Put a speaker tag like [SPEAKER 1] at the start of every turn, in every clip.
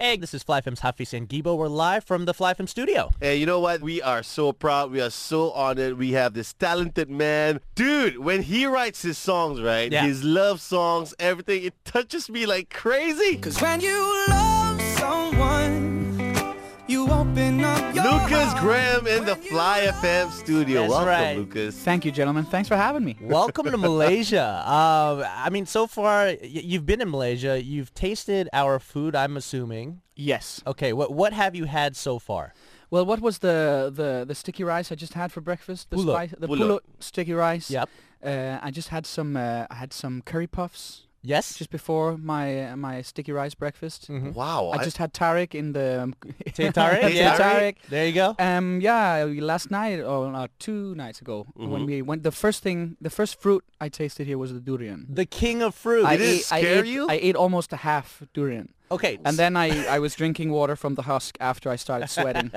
[SPEAKER 1] Egg. This is FlyFem's Hafiz and Gibo. We're live from the FlyFem studio.
[SPEAKER 2] And you know what? We are so proud. We are so honored. We have this talented man. Dude, when he writes his songs, right?
[SPEAKER 1] Yeah.
[SPEAKER 2] His love songs, everything, it touches me like crazy.
[SPEAKER 3] Cause when you love someone, you open up your
[SPEAKER 2] Lucas
[SPEAKER 3] heart.
[SPEAKER 2] Graham in the
[SPEAKER 3] When you
[SPEAKER 2] Fly
[SPEAKER 3] love
[SPEAKER 2] FM studio.
[SPEAKER 1] That's
[SPEAKER 2] Welcome,
[SPEAKER 1] right.
[SPEAKER 2] Lucas.
[SPEAKER 4] Thank you, gentlemen. Thanks for having me.
[SPEAKER 1] Welcome to Malaysia. Uh, I mean, so far y- you've been in Malaysia. You've tasted our food. I'm assuming.
[SPEAKER 4] Yes.
[SPEAKER 1] Okay. What what have you had so far?
[SPEAKER 4] Well, what was the the, the sticky rice I just had for breakfast? The
[SPEAKER 1] Pulut.
[SPEAKER 4] spice, the
[SPEAKER 2] Pulut.
[SPEAKER 4] pulut sticky rice.
[SPEAKER 1] Yep.
[SPEAKER 4] Uh, I just had some uh, I had some curry puffs
[SPEAKER 1] Yes.
[SPEAKER 4] just before my uh, my sticky rice breakfast.
[SPEAKER 2] Wow.
[SPEAKER 4] I just had Tarek in the
[SPEAKER 1] Teh tarik.
[SPEAKER 2] Teh
[SPEAKER 1] yeah.
[SPEAKER 4] tarik.
[SPEAKER 1] There you go.
[SPEAKER 4] um yeah last night or uh, two nights ago when we went the first thing the first fruit I tasted here was the durian.
[SPEAKER 1] The king of fruit.
[SPEAKER 4] I
[SPEAKER 2] Did it
[SPEAKER 4] ate, I
[SPEAKER 2] scare
[SPEAKER 4] ate-
[SPEAKER 2] you?
[SPEAKER 4] I ate almost a half durian.
[SPEAKER 1] Okay.
[SPEAKER 4] And then I, I was drinking water from the husk after I started sweating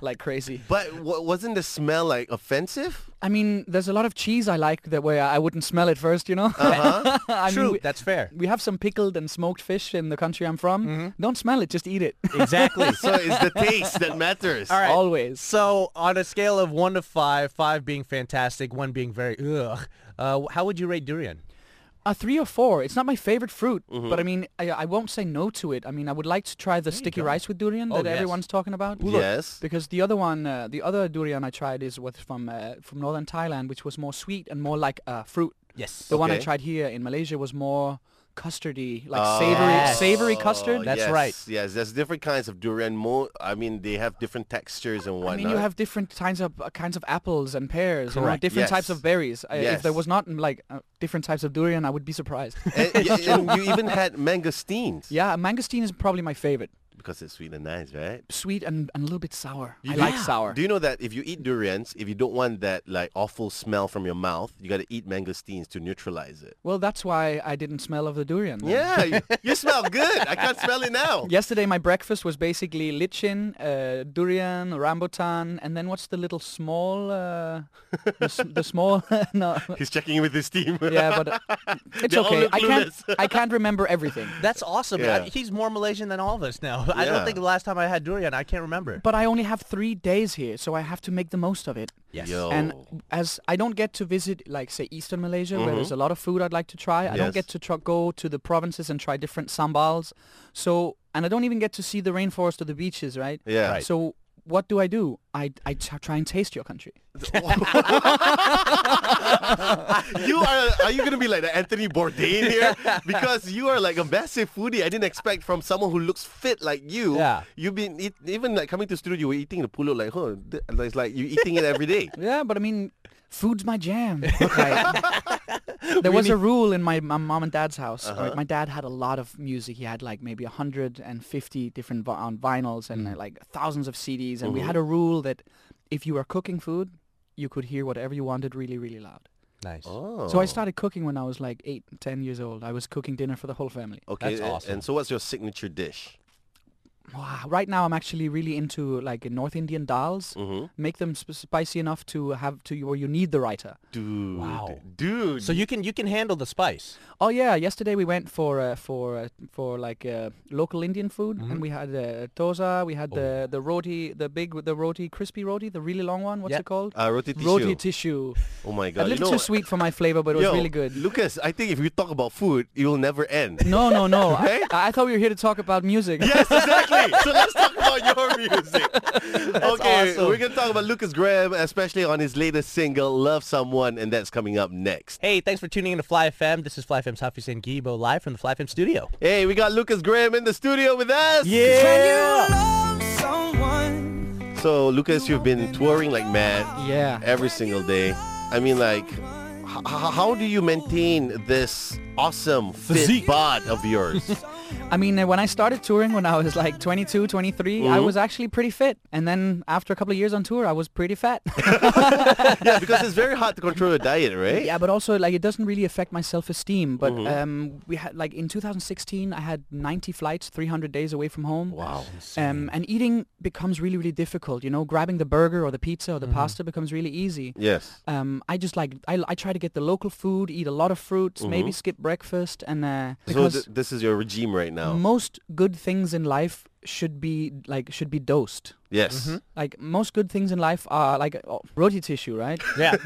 [SPEAKER 4] like crazy.
[SPEAKER 2] But w- wasn't the smell like offensive?
[SPEAKER 4] I mean, there's a lot of cheese I like that way I wouldn't smell it first, you know? I mean,
[SPEAKER 1] Uh-huh. True.
[SPEAKER 4] we,
[SPEAKER 1] That's fair.
[SPEAKER 4] we have some pickled and smoked fish in the country I'm from.
[SPEAKER 1] Mm-hmm.
[SPEAKER 4] Don't smell it, just eat it.
[SPEAKER 1] Exactly.
[SPEAKER 2] So it's the taste that matters.
[SPEAKER 1] All right.
[SPEAKER 4] Always.
[SPEAKER 1] So on a scale of one to five, five being fantastic, one being very ugh, uh, how would you rate durian?
[SPEAKER 4] A three or four. It's not my favorite fruit,
[SPEAKER 1] Mm-hmm.
[SPEAKER 4] but I mean, I, I won't say no to it. I mean, I would like to try the sticky rice with durian
[SPEAKER 1] Oh,
[SPEAKER 4] that
[SPEAKER 1] yes.
[SPEAKER 4] everyone's talking about.
[SPEAKER 2] Oh, Yes.
[SPEAKER 4] Because the other one, uh, the other durian I tried is what from uh, from northern Thailand, which was more sweet and more like uh, fruit.
[SPEAKER 1] Yes.
[SPEAKER 4] The one I
[SPEAKER 2] Okay.
[SPEAKER 4] tried here in Malaysia was more custardy, like
[SPEAKER 2] Oh,
[SPEAKER 4] savory,
[SPEAKER 1] Yes.
[SPEAKER 4] savory
[SPEAKER 2] Oh,
[SPEAKER 4] custard.
[SPEAKER 1] That's
[SPEAKER 2] yes,
[SPEAKER 1] right.
[SPEAKER 2] Yes, there's different kinds of durian. Mo- I mean, they have different textures and whatnot.
[SPEAKER 4] I mean, you have different kinds of uh, kinds of apples and pears, you know,
[SPEAKER 1] Correct.
[SPEAKER 4] different types
[SPEAKER 2] Yes.
[SPEAKER 4] of berries. I, If there
[SPEAKER 2] Yes.
[SPEAKER 4] was not mm, like uh, different types of durian, I would be surprised.
[SPEAKER 2] and, y- and you even had mangosteens.
[SPEAKER 4] yeah, mangosteen is probably my favorite.
[SPEAKER 2] Because it's sweet and nice, right?
[SPEAKER 4] Sweet and, and a little bit sour. I
[SPEAKER 2] do-
[SPEAKER 4] like sour.
[SPEAKER 2] Do you know that if you eat durians, if you don't want that like awful smell from your mouth, you got to eat mangosteens to neutralize it.
[SPEAKER 4] well, that's why I didn't smell of the durian. then.
[SPEAKER 2] Yeah, you, you smell good. I can't smell it now.
[SPEAKER 4] Yesterday, my breakfast was basically lichen, uh, durian, rambutan, and then what's the little small, uh, the, s- the small, no,
[SPEAKER 2] He's checking in with his team.
[SPEAKER 4] yeah, but uh, it's
[SPEAKER 2] They all
[SPEAKER 4] okay.
[SPEAKER 2] look
[SPEAKER 4] I can't,
[SPEAKER 2] clueless.
[SPEAKER 4] I can't remember everything,
[SPEAKER 1] That's awesome.
[SPEAKER 2] Yeah.
[SPEAKER 1] I- he's more Malaysian than all of us now. I don't
[SPEAKER 2] Yeah.
[SPEAKER 1] think the last time I had durian, I can't remember.
[SPEAKER 4] but I only have three days here, so I have to make the most of it.
[SPEAKER 1] yes.
[SPEAKER 2] Yo. Mm-hmm.
[SPEAKER 4] And as I don't get to visit, like say, Eastern Malaysia, where there's a lot of food I'd like to try, I
[SPEAKER 2] Yes.
[SPEAKER 4] don't get to tr- go to the provinces and try different sambals. So, and I don't even get to see the rainforest or the beaches, right?
[SPEAKER 2] Yeah. Right.
[SPEAKER 4] So, what do I do? I I t- try and taste your country.
[SPEAKER 2] you are are you gonna be like the Anthony Bourdain here? Because you are like a massive foodie. I didn't expect from someone who looks fit like you.
[SPEAKER 1] Yeah.
[SPEAKER 2] You've been eat, even like coming to studio, you were eating the pulut like, huh? th- It's like you eating it every day.
[SPEAKER 4] Yeah, but I mean, food's my jam. Okay. there was a rule in my, my mom and dad's house. Like, my dad had a lot of music. He had like maybe 150 different vi- on vinyls and uh, like thousands of CDs. And we had a rule that if you were cooking food, you could hear whatever you wanted really, really loud.
[SPEAKER 1] Nice.
[SPEAKER 2] Oh.
[SPEAKER 4] So I started cooking when I was like eight, ten years old. I was cooking dinner for the whole family.
[SPEAKER 2] Okay.
[SPEAKER 1] That's
[SPEAKER 2] a-
[SPEAKER 1] awesome.
[SPEAKER 2] And so, what's your signature dish?
[SPEAKER 4] Wow. Right now, I'm actually really into like North Indian dals. Make them sp- spicy enough to have to where you need the uh, raita.
[SPEAKER 2] Dude.
[SPEAKER 1] Wow.
[SPEAKER 2] Dude.
[SPEAKER 1] So you can you can handle the spice.
[SPEAKER 4] Oh yeah, yesterday we went for uh, for uh, for like uh, local Indian food,
[SPEAKER 2] Mm-hmm.
[SPEAKER 4] and we had uh, tosa, we had
[SPEAKER 2] Oh.
[SPEAKER 4] the the roti, the big the roti, crispy roti, the really long one. What's
[SPEAKER 1] Yep.
[SPEAKER 4] it called?
[SPEAKER 2] uh, roti tissue.
[SPEAKER 4] roti tissue.
[SPEAKER 2] Oh my god.
[SPEAKER 4] A
[SPEAKER 2] you
[SPEAKER 4] little
[SPEAKER 2] know
[SPEAKER 4] too
[SPEAKER 2] what?
[SPEAKER 4] sweet for my flavor, but it was
[SPEAKER 2] Yo,
[SPEAKER 4] really good.
[SPEAKER 2] Lucas, I think if you talk about food, it will never end.
[SPEAKER 4] No, no, no. I,
[SPEAKER 2] Right?
[SPEAKER 4] I thought we were here to talk about music.
[SPEAKER 2] yes, exactly. So let's talk about your music. okay,
[SPEAKER 1] awesome.
[SPEAKER 2] we're gonna talk about Lucas Graham, especially on his latest single "Love Someone," and that's coming up next.
[SPEAKER 1] Hey, thanks for tuning in to Fly FM. This is Fly FM's Hafiz and Gibo live from the Fly FM studio.
[SPEAKER 2] Hey, we got Lucas Graham in the studio with us.
[SPEAKER 3] When you love someone,
[SPEAKER 2] So Lucas, you've been touring like mad
[SPEAKER 4] Yeah.
[SPEAKER 2] every single day. I mean, like, h- h- how do you maintain this awesome fit bod of yours?
[SPEAKER 4] I mean, uh, when I started touring when I was like 22, 23, I
[SPEAKER 2] Mm-hmm.
[SPEAKER 4] was actually pretty fit. And then after a couple of years on tour, I was pretty fat.
[SPEAKER 2] yeah, because it's very hard to control your diet, right?
[SPEAKER 4] Yeah, but also like it doesn't really affect my self-esteem. But
[SPEAKER 2] Mm-hmm.
[SPEAKER 4] um, we had like in 2016, I had 90 flights, 300 days away from home.
[SPEAKER 2] Wow.
[SPEAKER 4] Um, and eating becomes really, really difficult. You know, grabbing the burger or the pizza or the pasta becomes really easy.
[SPEAKER 2] Yes.
[SPEAKER 4] Um, I just like I, I try to get the local food, eat a lot of fruits, maybe skip breakfast, and uh,
[SPEAKER 2] Mm-hmm. So Oh.
[SPEAKER 4] because Mm-hmm.
[SPEAKER 2] th- this is your regime right now.
[SPEAKER 4] most good things in life should be like should be dosed.
[SPEAKER 2] Yes.
[SPEAKER 4] Like most good things in life are like oh, roti tissue, right?
[SPEAKER 1] Yeah.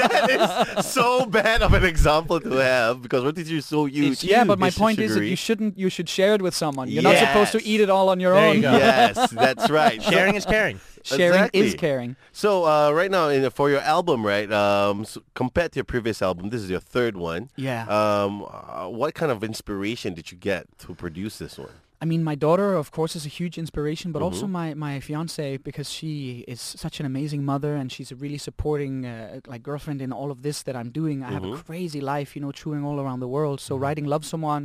[SPEAKER 2] that is so bad of an example to have because roti tissue is so huge.
[SPEAKER 4] yeah, but my
[SPEAKER 2] It's
[SPEAKER 4] point is that
[SPEAKER 2] sugary.
[SPEAKER 4] you shouldn't. You should share it with someone. You're not supposed to
[SPEAKER 2] Yes.
[SPEAKER 4] eat it all on your
[SPEAKER 1] There
[SPEAKER 4] own.
[SPEAKER 1] you go.
[SPEAKER 2] yes, that's right. So-
[SPEAKER 1] Sharing is caring.
[SPEAKER 4] Sharing is
[SPEAKER 2] Exactly.
[SPEAKER 4] caring.
[SPEAKER 2] So uh, right now, in, for your album, right, um, s compared to your previous album, this is your third one.
[SPEAKER 4] Yeah.
[SPEAKER 2] Um, uh, what kind of inspiration did you get to produce this one?
[SPEAKER 4] I mean, my daughter, of course, is a huge inspiration, but also
[SPEAKER 2] Mm-hmm.
[SPEAKER 4] my my fiance because she is such an amazing mother and she's a really supporting uh, like girlfriend in all of this that I'm doing. I have a
[SPEAKER 2] Mm-hmm.
[SPEAKER 4] crazy life, you know, touring all around the world. So writing "Love Someone"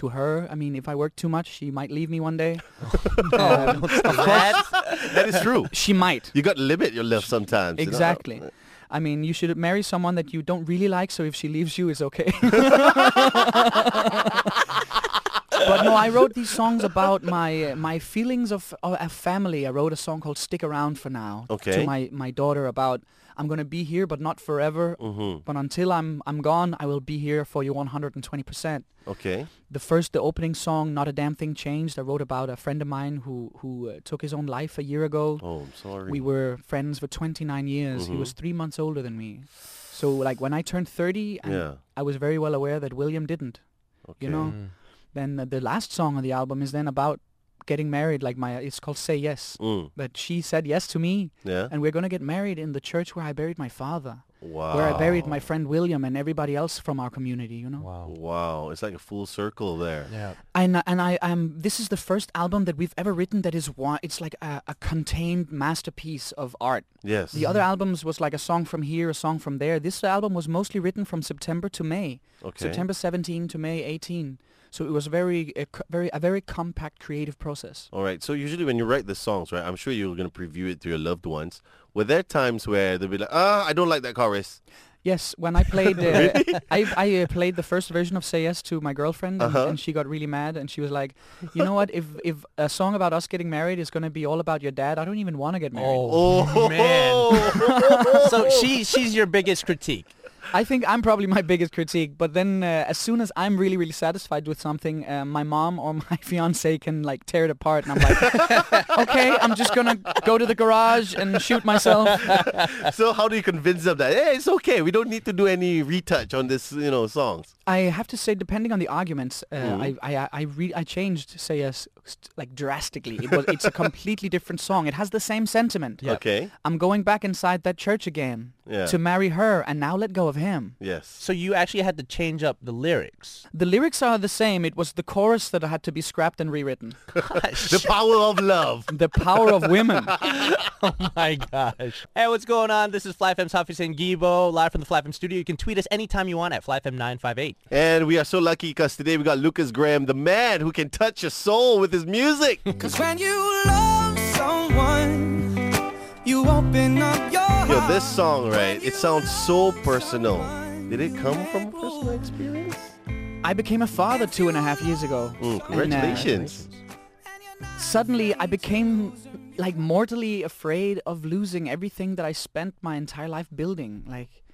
[SPEAKER 4] to her, I mean, if I work too much, she might leave me one day. Um,
[SPEAKER 1] That,
[SPEAKER 2] That is true.
[SPEAKER 4] she might.
[SPEAKER 2] You got to limit your love sometimes. you know?
[SPEAKER 4] Exactly. I mean, you should marry someone that you don't really like, so if she leaves you, it's okay. but no, I wrote these songs about my uh, my feelings of, of a family. I wrote a song called "Stick Around for Now"
[SPEAKER 2] Okay.
[SPEAKER 4] to my, my daughter about I'm gonna be here, but not forever.
[SPEAKER 2] Mm-hmm.
[SPEAKER 4] But until I'm I'm gone, I will be here for you 120 percent
[SPEAKER 2] Okay.
[SPEAKER 4] the first the opening song not a damn thing changed i wrote about a friend of mine who who uh, took his own life a year ago
[SPEAKER 2] Oh, I'm sorry.
[SPEAKER 4] we were friends for 29 years he
[SPEAKER 2] Mm-hmm.
[SPEAKER 4] was three months older than me so like when i turned 30 and
[SPEAKER 2] Yeah.
[SPEAKER 4] i was very well aware that william didn't
[SPEAKER 2] Okay.
[SPEAKER 4] you know
[SPEAKER 1] Mm.
[SPEAKER 4] then the, the last song on the album is then about getting married like my it's called say yes
[SPEAKER 2] Mm,
[SPEAKER 4] but she said yes to me
[SPEAKER 2] yeah.
[SPEAKER 4] and we're going to get married in the church where i buried my father
[SPEAKER 2] Wow.
[SPEAKER 4] where i buried my friend william and everybody else from our community you know
[SPEAKER 1] wow.
[SPEAKER 2] Wow. It's like a full circle there.
[SPEAKER 1] Yeah.
[SPEAKER 4] and and I um this is the first album that we've ever written that is one it's like a, a contained masterpiece of art.
[SPEAKER 2] Yes.
[SPEAKER 4] The other albums was like a song from here, a song from there. This album was mostly written from September to May,
[SPEAKER 2] Okay.
[SPEAKER 4] September 17 to May 18. So it was very a co- very a very compact creative process.
[SPEAKER 2] All right. So usually when you write the songs, right, I'm sure you're going to preview it to your loved ones. Were there times where they'll be like, ah, I don't like that chorus.
[SPEAKER 4] Yes, when I played uh, I I uh, played the first version of Say Yes to my girlfriend and, and she got really mad and she was like, "You know what? If if a song about us getting married is going to be all about your dad, I don't even want to get married."
[SPEAKER 1] Oh, man. So she she's your biggest critique.
[SPEAKER 4] I think I'm probably my biggest critique, but then uh, as soon as I'm really, really satisfied with something, uh, my mom or my fiance can like tear it apart, and I'm like, okay, I'm just gonna go to the garage and shoot myself.
[SPEAKER 2] so how do you convince them that hey, it's okay? We don't need to do any retouch on this, you know, songs.
[SPEAKER 4] I have to say, depending on the arguments, uh,
[SPEAKER 2] Mm-hmm.
[SPEAKER 4] I, I, I, re- I changed say yes st- like drastically. It was, it's a completely different song. It has the same sentiment.
[SPEAKER 2] Okay.
[SPEAKER 4] I'm going back inside that church again
[SPEAKER 2] Yeah.
[SPEAKER 4] to marry her, and now let go of him.
[SPEAKER 2] Yes.
[SPEAKER 1] So you actually had to change up the lyrics.
[SPEAKER 4] The lyrics are the same. It was the chorus that had to be scrapped and rewritten.
[SPEAKER 2] The power of love.
[SPEAKER 4] The power of women.
[SPEAKER 1] Oh My gosh. Hey, what's going on? This is FlyFM's Hafiz and Gibo, live from the FlyFM studio. You can tweet us anytime you want at FlyFM958.
[SPEAKER 2] And we are so lucky because today we got Lucas Graham, the man who can touch your soul with his music.
[SPEAKER 3] Cause when you love someone, you open up your heart.
[SPEAKER 2] Yo, this song, right? It sounds so personal. Did it come from personal experience?
[SPEAKER 4] I became a father two and a half years ago.
[SPEAKER 2] Mm,
[SPEAKER 4] And, uh,
[SPEAKER 2] congratulations.
[SPEAKER 4] suddenly, I became like mortally afraid of losing everything that I spent my entire life building. Like,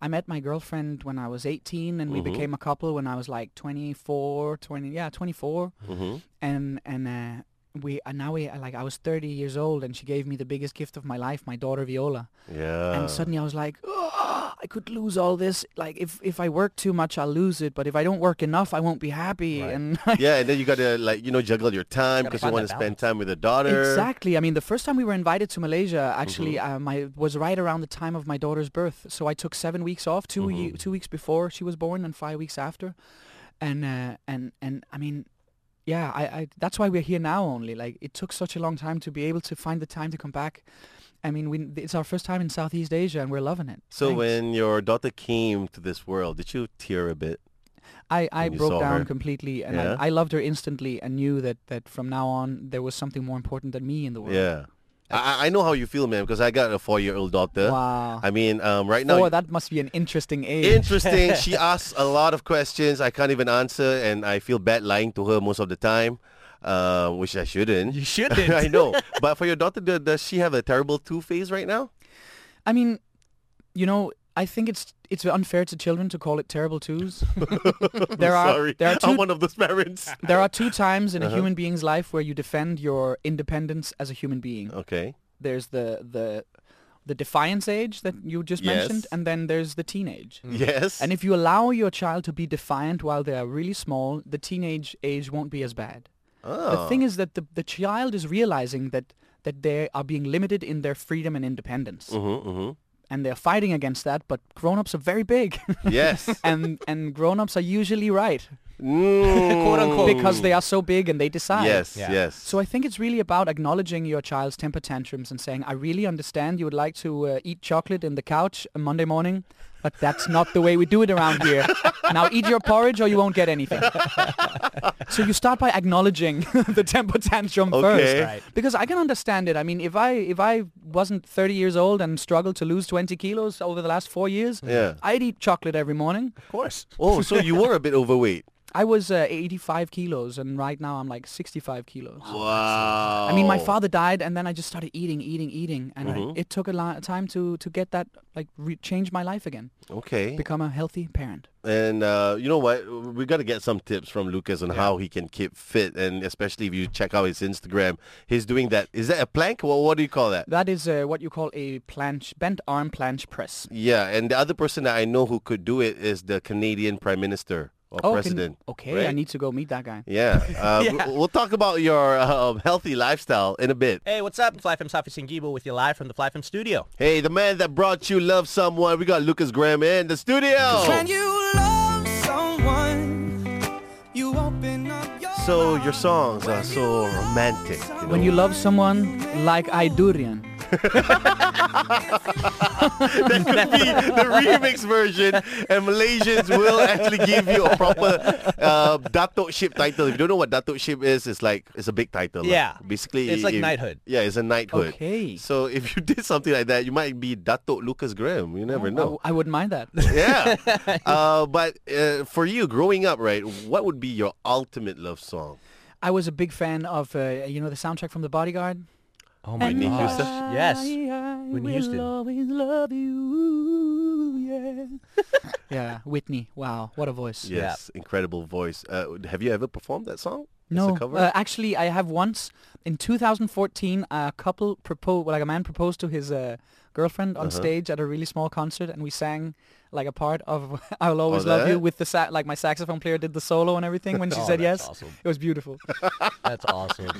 [SPEAKER 4] I met my girlfriend when I was 18, and we became a couple when I was like 24, 20, yeah, 24.
[SPEAKER 2] Mm-hmm.
[SPEAKER 4] And and uh, we and now we like I was 30 years old, and she gave me the biggest gift of my life, my daughter Viola.
[SPEAKER 2] Yeah.
[SPEAKER 4] and suddenly I was like, "Ugh, I could lose all this. Like if if I work too much, I'll lose it. But if I don't work enough, I won't be happy. And
[SPEAKER 2] yeah, and then you gotta like you know juggle your time because you
[SPEAKER 1] find
[SPEAKER 2] want to
[SPEAKER 1] that
[SPEAKER 2] spend time with your daughter.
[SPEAKER 4] exactly, I mean, the first time we were invited to Malaysia, actually,
[SPEAKER 2] Mm-hmm.
[SPEAKER 4] um, I was right around the time of my daughter's birth. So I took seven weeks off, 2 ye-
[SPEAKER 2] Mm-hmm.
[SPEAKER 4] two weeks before she was born, and five weeks after. And uh, and and I mean. Yeah, I, I that's why we're here now only. Like it took such a long time to be able to find the time to come back. I mean, we, it's our first time in Southeast Asia and we're loving it.
[SPEAKER 2] So
[SPEAKER 4] Thanks.
[SPEAKER 2] when your daughter came to this world, did you tear a bit?
[SPEAKER 4] I, I
[SPEAKER 2] when you saw
[SPEAKER 4] broke down
[SPEAKER 2] her.
[SPEAKER 4] completely and
[SPEAKER 2] Yeah?
[SPEAKER 4] I, I loved her instantly and knew that, that from now on there was something more important than me in the world.
[SPEAKER 2] Yeah. I, I- I know how you feel, man, because I got a four-year-old daughter.
[SPEAKER 4] Wow.
[SPEAKER 2] I mean, um, right now,
[SPEAKER 4] oh, that must be an interesting age.
[SPEAKER 2] interesting. she asks a lot of questions I can't even answer, and I feel bad lying to her most of the time, uh, which I shouldn't.
[SPEAKER 1] You shouldn't.
[SPEAKER 2] I know. But for your daughter, do- does she have a terrible two phase right now?
[SPEAKER 4] I mean, you know, I think it's it's unfair to children to call it terrible twos. there are
[SPEAKER 2] Sorry,
[SPEAKER 4] there are
[SPEAKER 2] I'm
[SPEAKER 4] two
[SPEAKER 2] one of those parents.
[SPEAKER 4] there are two times
[SPEAKER 2] Uh-huh.
[SPEAKER 4] in a human being's life where you defend your independence as a human being.
[SPEAKER 2] Okay.
[SPEAKER 4] There's the the the defiance age that you just
[SPEAKER 2] Yes.
[SPEAKER 4] mentioned, and then there's the teenage.
[SPEAKER 2] Yes.
[SPEAKER 4] Mm. And if you allow your child to be defiant while they are really small, the teenage age won't be as bad.
[SPEAKER 2] oh.
[SPEAKER 4] The thing is that the, the child is realizing that, that they are being limited in their freedom and independence.
[SPEAKER 2] Mhm, mhm.
[SPEAKER 4] And they're fighting against that, but grown-ups are very big.
[SPEAKER 2] Yes.
[SPEAKER 4] and, and grown-ups are usually right
[SPEAKER 2] Mm.
[SPEAKER 1] Quote unquote.
[SPEAKER 4] because they are so big and they decide.
[SPEAKER 2] Yes.
[SPEAKER 1] Yeah.
[SPEAKER 2] Yes.
[SPEAKER 4] So I think it's really about acknowledging your child's temper tantrums and saying, I really understand you would like to uh, eat chocolate in the couch on Monday morning, but that's not the way we do it around here. now eat your porridge or you won't get anything. so you start by acknowledging the temper tantrum first.
[SPEAKER 2] Okay.
[SPEAKER 1] Right.
[SPEAKER 4] Because I can understand it. I mean, if I if I wasn't 30 years old and struggled to lose 20 kilos over the last four years,
[SPEAKER 2] Yeah.
[SPEAKER 4] I'd eat chocolate every morning.
[SPEAKER 1] Of course.
[SPEAKER 2] Oh, so you were a bit overweight.
[SPEAKER 4] I was uh, 85 kilos, and right now I'm like 65 kilos.
[SPEAKER 2] Wow.
[SPEAKER 4] I mean, my father died, and then I just started eating, eating, eating, and I-
[SPEAKER 2] Mm-hmm.
[SPEAKER 4] it took a lot of time to to get that like re- change my life again,
[SPEAKER 2] Okay.
[SPEAKER 4] become a healthy parent.
[SPEAKER 2] And uh, you know what? We got to get some tips from Lucas on how he can keep fit, and especially if you check out his Instagram, he's doing that. Is that a plank? Well, what do you call that?
[SPEAKER 4] That is uh, what you call a planche, bent arm planche press.
[SPEAKER 2] Yeah. And the other person that I know who could do it is the Canadian Prime Minister or
[SPEAKER 4] Oh, can-
[SPEAKER 2] President.
[SPEAKER 4] okay, I
[SPEAKER 2] right?
[SPEAKER 4] need to go meet that guy.
[SPEAKER 2] Oh, Yeah. Uh, w- We'll talk about your um, healthy lifestyle in a bit.
[SPEAKER 1] Hey, what's up? Fly FM's Hafiz Gibo with you live from the Fly FM studio.
[SPEAKER 2] Hey, the man that brought you Love Someone, we got Lucas Graham in the
[SPEAKER 3] When
[SPEAKER 2] studio.
[SPEAKER 3] you love someone, you open up your
[SPEAKER 2] So your songs are so romantic. You know?
[SPEAKER 4] When you love someone like I durian,
[SPEAKER 2] that could be the remix version, and Malaysians will actually give you a proper uh, Datuk Ship title. If you don't know what Datuk Ship is, it's like it's a big title. lah.
[SPEAKER 1] Yeah.
[SPEAKER 2] basically,
[SPEAKER 1] It's like
[SPEAKER 2] if-
[SPEAKER 1] knighthood.
[SPEAKER 2] Yeah, it's a knighthood.
[SPEAKER 4] Okay.
[SPEAKER 2] So if you did something like that, you might be Datuk Lucas Graham. You
[SPEAKER 1] Oh,
[SPEAKER 2] never
[SPEAKER 4] I
[SPEAKER 2] know.
[SPEAKER 4] w- I, wouldn't mind that.
[SPEAKER 2] Yeah. uh, but uh, for you, growing up, right, what would be your ultimate love song?
[SPEAKER 4] I was a big fan of uh, you know the soundtrack from The Bodyguard.
[SPEAKER 1] Oh
[SPEAKER 2] Whitney
[SPEAKER 1] gosh.
[SPEAKER 2] Houston?
[SPEAKER 1] Yes.
[SPEAKER 4] I
[SPEAKER 1] Whitney
[SPEAKER 4] will
[SPEAKER 1] Houston.
[SPEAKER 4] always love you, yeah. yeah, Whitney. Wow, what a voice.
[SPEAKER 2] Yes, incredible voice. Uh, have you ever performed that song? as a
[SPEAKER 4] No,
[SPEAKER 2] cover?
[SPEAKER 4] uh, actually, I have once in 2014. A couple proposed, like a man proposed to his uh, girlfriend on stage at a really small concert, and we sang like a part of "I'll Always
[SPEAKER 2] Oh,
[SPEAKER 4] Love You"
[SPEAKER 2] that?
[SPEAKER 4] with the sa- like my saxophone player did the solo and everything. When she
[SPEAKER 1] Oh,
[SPEAKER 4] said
[SPEAKER 1] that's
[SPEAKER 4] yes,
[SPEAKER 1] awesome.
[SPEAKER 4] it was beautiful.
[SPEAKER 1] That's awesome.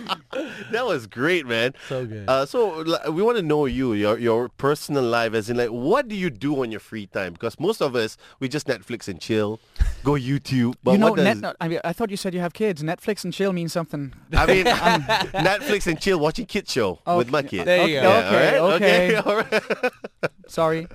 [SPEAKER 2] that was great, man.
[SPEAKER 1] So good.
[SPEAKER 2] Uh, so li- we want to know you, your your personal life, as in like, what do you do on your free time? Because most of us, we just Netflix and chill, go YouTube. But
[SPEAKER 4] you know,
[SPEAKER 2] what does,
[SPEAKER 4] net- no, I, mean, I thought you said you have kids. Netflix and chill mean something.
[SPEAKER 2] I mean, Netflix and chill, watching kid show with my
[SPEAKER 4] Okay,
[SPEAKER 2] kid.
[SPEAKER 1] There you
[SPEAKER 4] okay,
[SPEAKER 1] go.
[SPEAKER 4] Okay,
[SPEAKER 2] all right,
[SPEAKER 4] okay.
[SPEAKER 2] all right.
[SPEAKER 4] Sorry.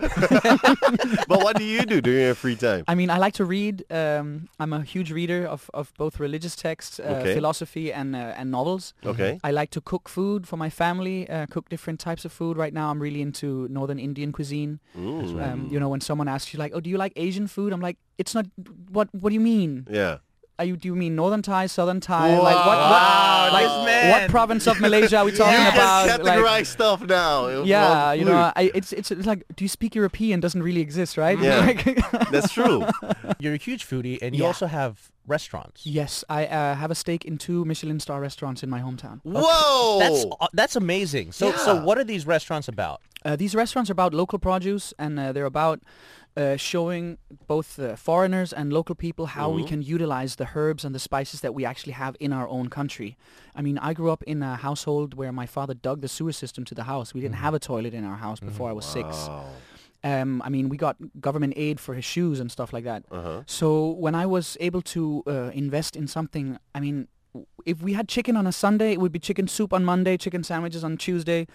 [SPEAKER 2] but what do you do during your free time?
[SPEAKER 4] I mean, I like to read. Um, I'm a huge reader of, of both religious texts, uh,
[SPEAKER 2] Okay.
[SPEAKER 4] philosophy, and uh, and novels.
[SPEAKER 2] Okay.
[SPEAKER 4] I like to cook food for my family, uh, cook different types of food. Right now, I'm really into northern Indian cuisine.
[SPEAKER 2] Mm.
[SPEAKER 4] Um, you know, when someone asks you like, "Oh, do you like Asian food?" I'm like, "It's not. What What do you mean?
[SPEAKER 2] Yeah.
[SPEAKER 4] Are you do you mean northern Thai, southern Thai? Like what? what
[SPEAKER 2] Wow,
[SPEAKER 4] like
[SPEAKER 2] this
[SPEAKER 4] what
[SPEAKER 1] man.
[SPEAKER 4] province of Malaysia are we talking
[SPEAKER 2] you
[SPEAKER 4] about?
[SPEAKER 2] just
[SPEAKER 4] Like,
[SPEAKER 2] categorize stuff now.
[SPEAKER 4] yeah,
[SPEAKER 2] Well,
[SPEAKER 4] you know, I, it's, it's it's like, do you speak European? Doesn't really exist, right?
[SPEAKER 2] Yeah.
[SPEAKER 4] Like-
[SPEAKER 2] that's true.
[SPEAKER 1] You're a huge foodie, and you
[SPEAKER 4] Yeah.
[SPEAKER 1] also have restaurants.
[SPEAKER 4] yes, I uh, have a stake in two Michelin star restaurants in my hometown.
[SPEAKER 2] Whoa.
[SPEAKER 1] That's uh, that's amazing. So so
[SPEAKER 2] Yeah.
[SPEAKER 1] what are these restaurants about?
[SPEAKER 4] Uh, these restaurants are about local produce, and uh, they're about uh, showing both uh, foreigners and local people how we can utilize the herbs and the spices that we actually have in our own country. I mean, I grew up in a household where my father dug the sewer system to the house. We didn't have a toilet in our house before I was six.
[SPEAKER 2] Wow.
[SPEAKER 4] Um, I mean, we got government aid for his shoes and stuff like that.
[SPEAKER 2] Uh-huh.
[SPEAKER 4] So when I was able to uh, invest in something, I mean, w- if we had chicken on a Sunday, it would be chicken soup on Monday, chicken sandwiches on Tuesday.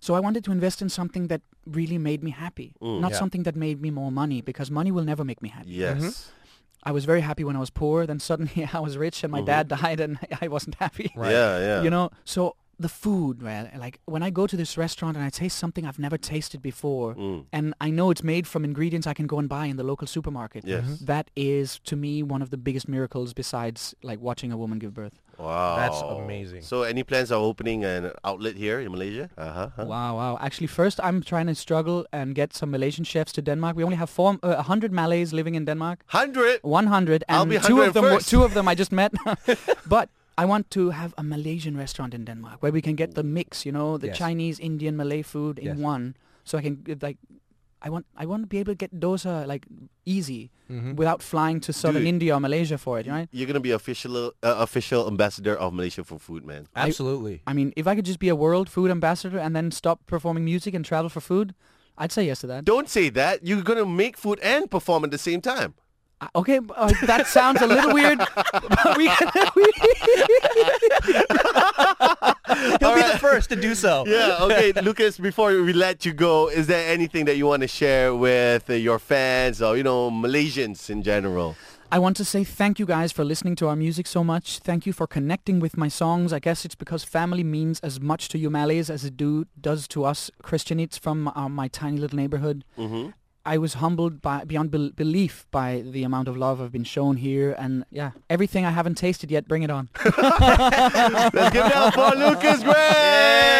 [SPEAKER 4] So I wanted to invest in something that really made me happy, not
[SPEAKER 1] Yeah.
[SPEAKER 4] something that made me more money, because money will never make me happy.
[SPEAKER 2] Yes.
[SPEAKER 4] I was very happy when I was poor, then suddenly I was rich and my dad died and I wasn't happy.
[SPEAKER 2] Yeah. Yeah.
[SPEAKER 4] You know, so the food, well, like when I go to this restaurant and I taste something I've never tasted before,
[SPEAKER 2] Mm.
[SPEAKER 4] and I know it's made from ingredients I can go and buy in the local supermarket.
[SPEAKER 2] Yes. Mhm.
[SPEAKER 4] That is to me one of the biggest miracles besides like watching a woman give birth.
[SPEAKER 2] Wow.
[SPEAKER 1] That's amazing.
[SPEAKER 2] So any plans of opening an outlet here in Malaysia? Uh-huh. huh?
[SPEAKER 4] Wow, wow. Actually, first I'm trying to struggle and get some Malaysian chefs to Denmark. We only have four, uh, 100 Malays living in Denmark.
[SPEAKER 2] 100?
[SPEAKER 4] 100
[SPEAKER 2] I'll
[SPEAKER 4] and
[SPEAKER 2] be
[SPEAKER 4] two of them were-
[SPEAKER 2] 101st.
[SPEAKER 4] two of them I just met. but I want to have a Malaysian restaurant in Denmark where we can get the mix, you know, the
[SPEAKER 1] Yes.
[SPEAKER 4] Chinese, Indian, Malay food in
[SPEAKER 1] Yes.
[SPEAKER 4] one so I can get, like I want I want to be able to get dosa like easy without flying to southern
[SPEAKER 2] Dude.
[SPEAKER 4] India or Malaysia for it, you know?
[SPEAKER 2] You're going to be official uh, official ambassador of Malaysia for food, man.
[SPEAKER 1] Absolutely.
[SPEAKER 4] I mean, if I could just be a world food ambassador and then stop performing music and travel for food, I'd say yes to that.
[SPEAKER 2] Don't say that. You're going to make food and perform at the same time.
[SPEAKER 4] Uh, Okay, b- uh, that sounds a little weird, but we, we
[SPEAKER 1] He'll be the first to do so.
[SPEAKER 2] Yeah, okay, Lucas, before we let you go, is there anything that you want to share with uh, your fans or, you know, Malaysians in general?
[SPEAKER 4] I want to say thank you guys for listening to our music so much. Thank you for connecting with my songs. I guess it's because family means as much to you Malays as it do does to us Christianites from uh, my tiny little neighborhood. Mm-hmm. I was humbled by beyond bel belief by the amount of love I've been shown here, and yeah, everything I haven't tasted yet, bring it on.
[SPEAKER 2] Let's give it up for Lucas Gray!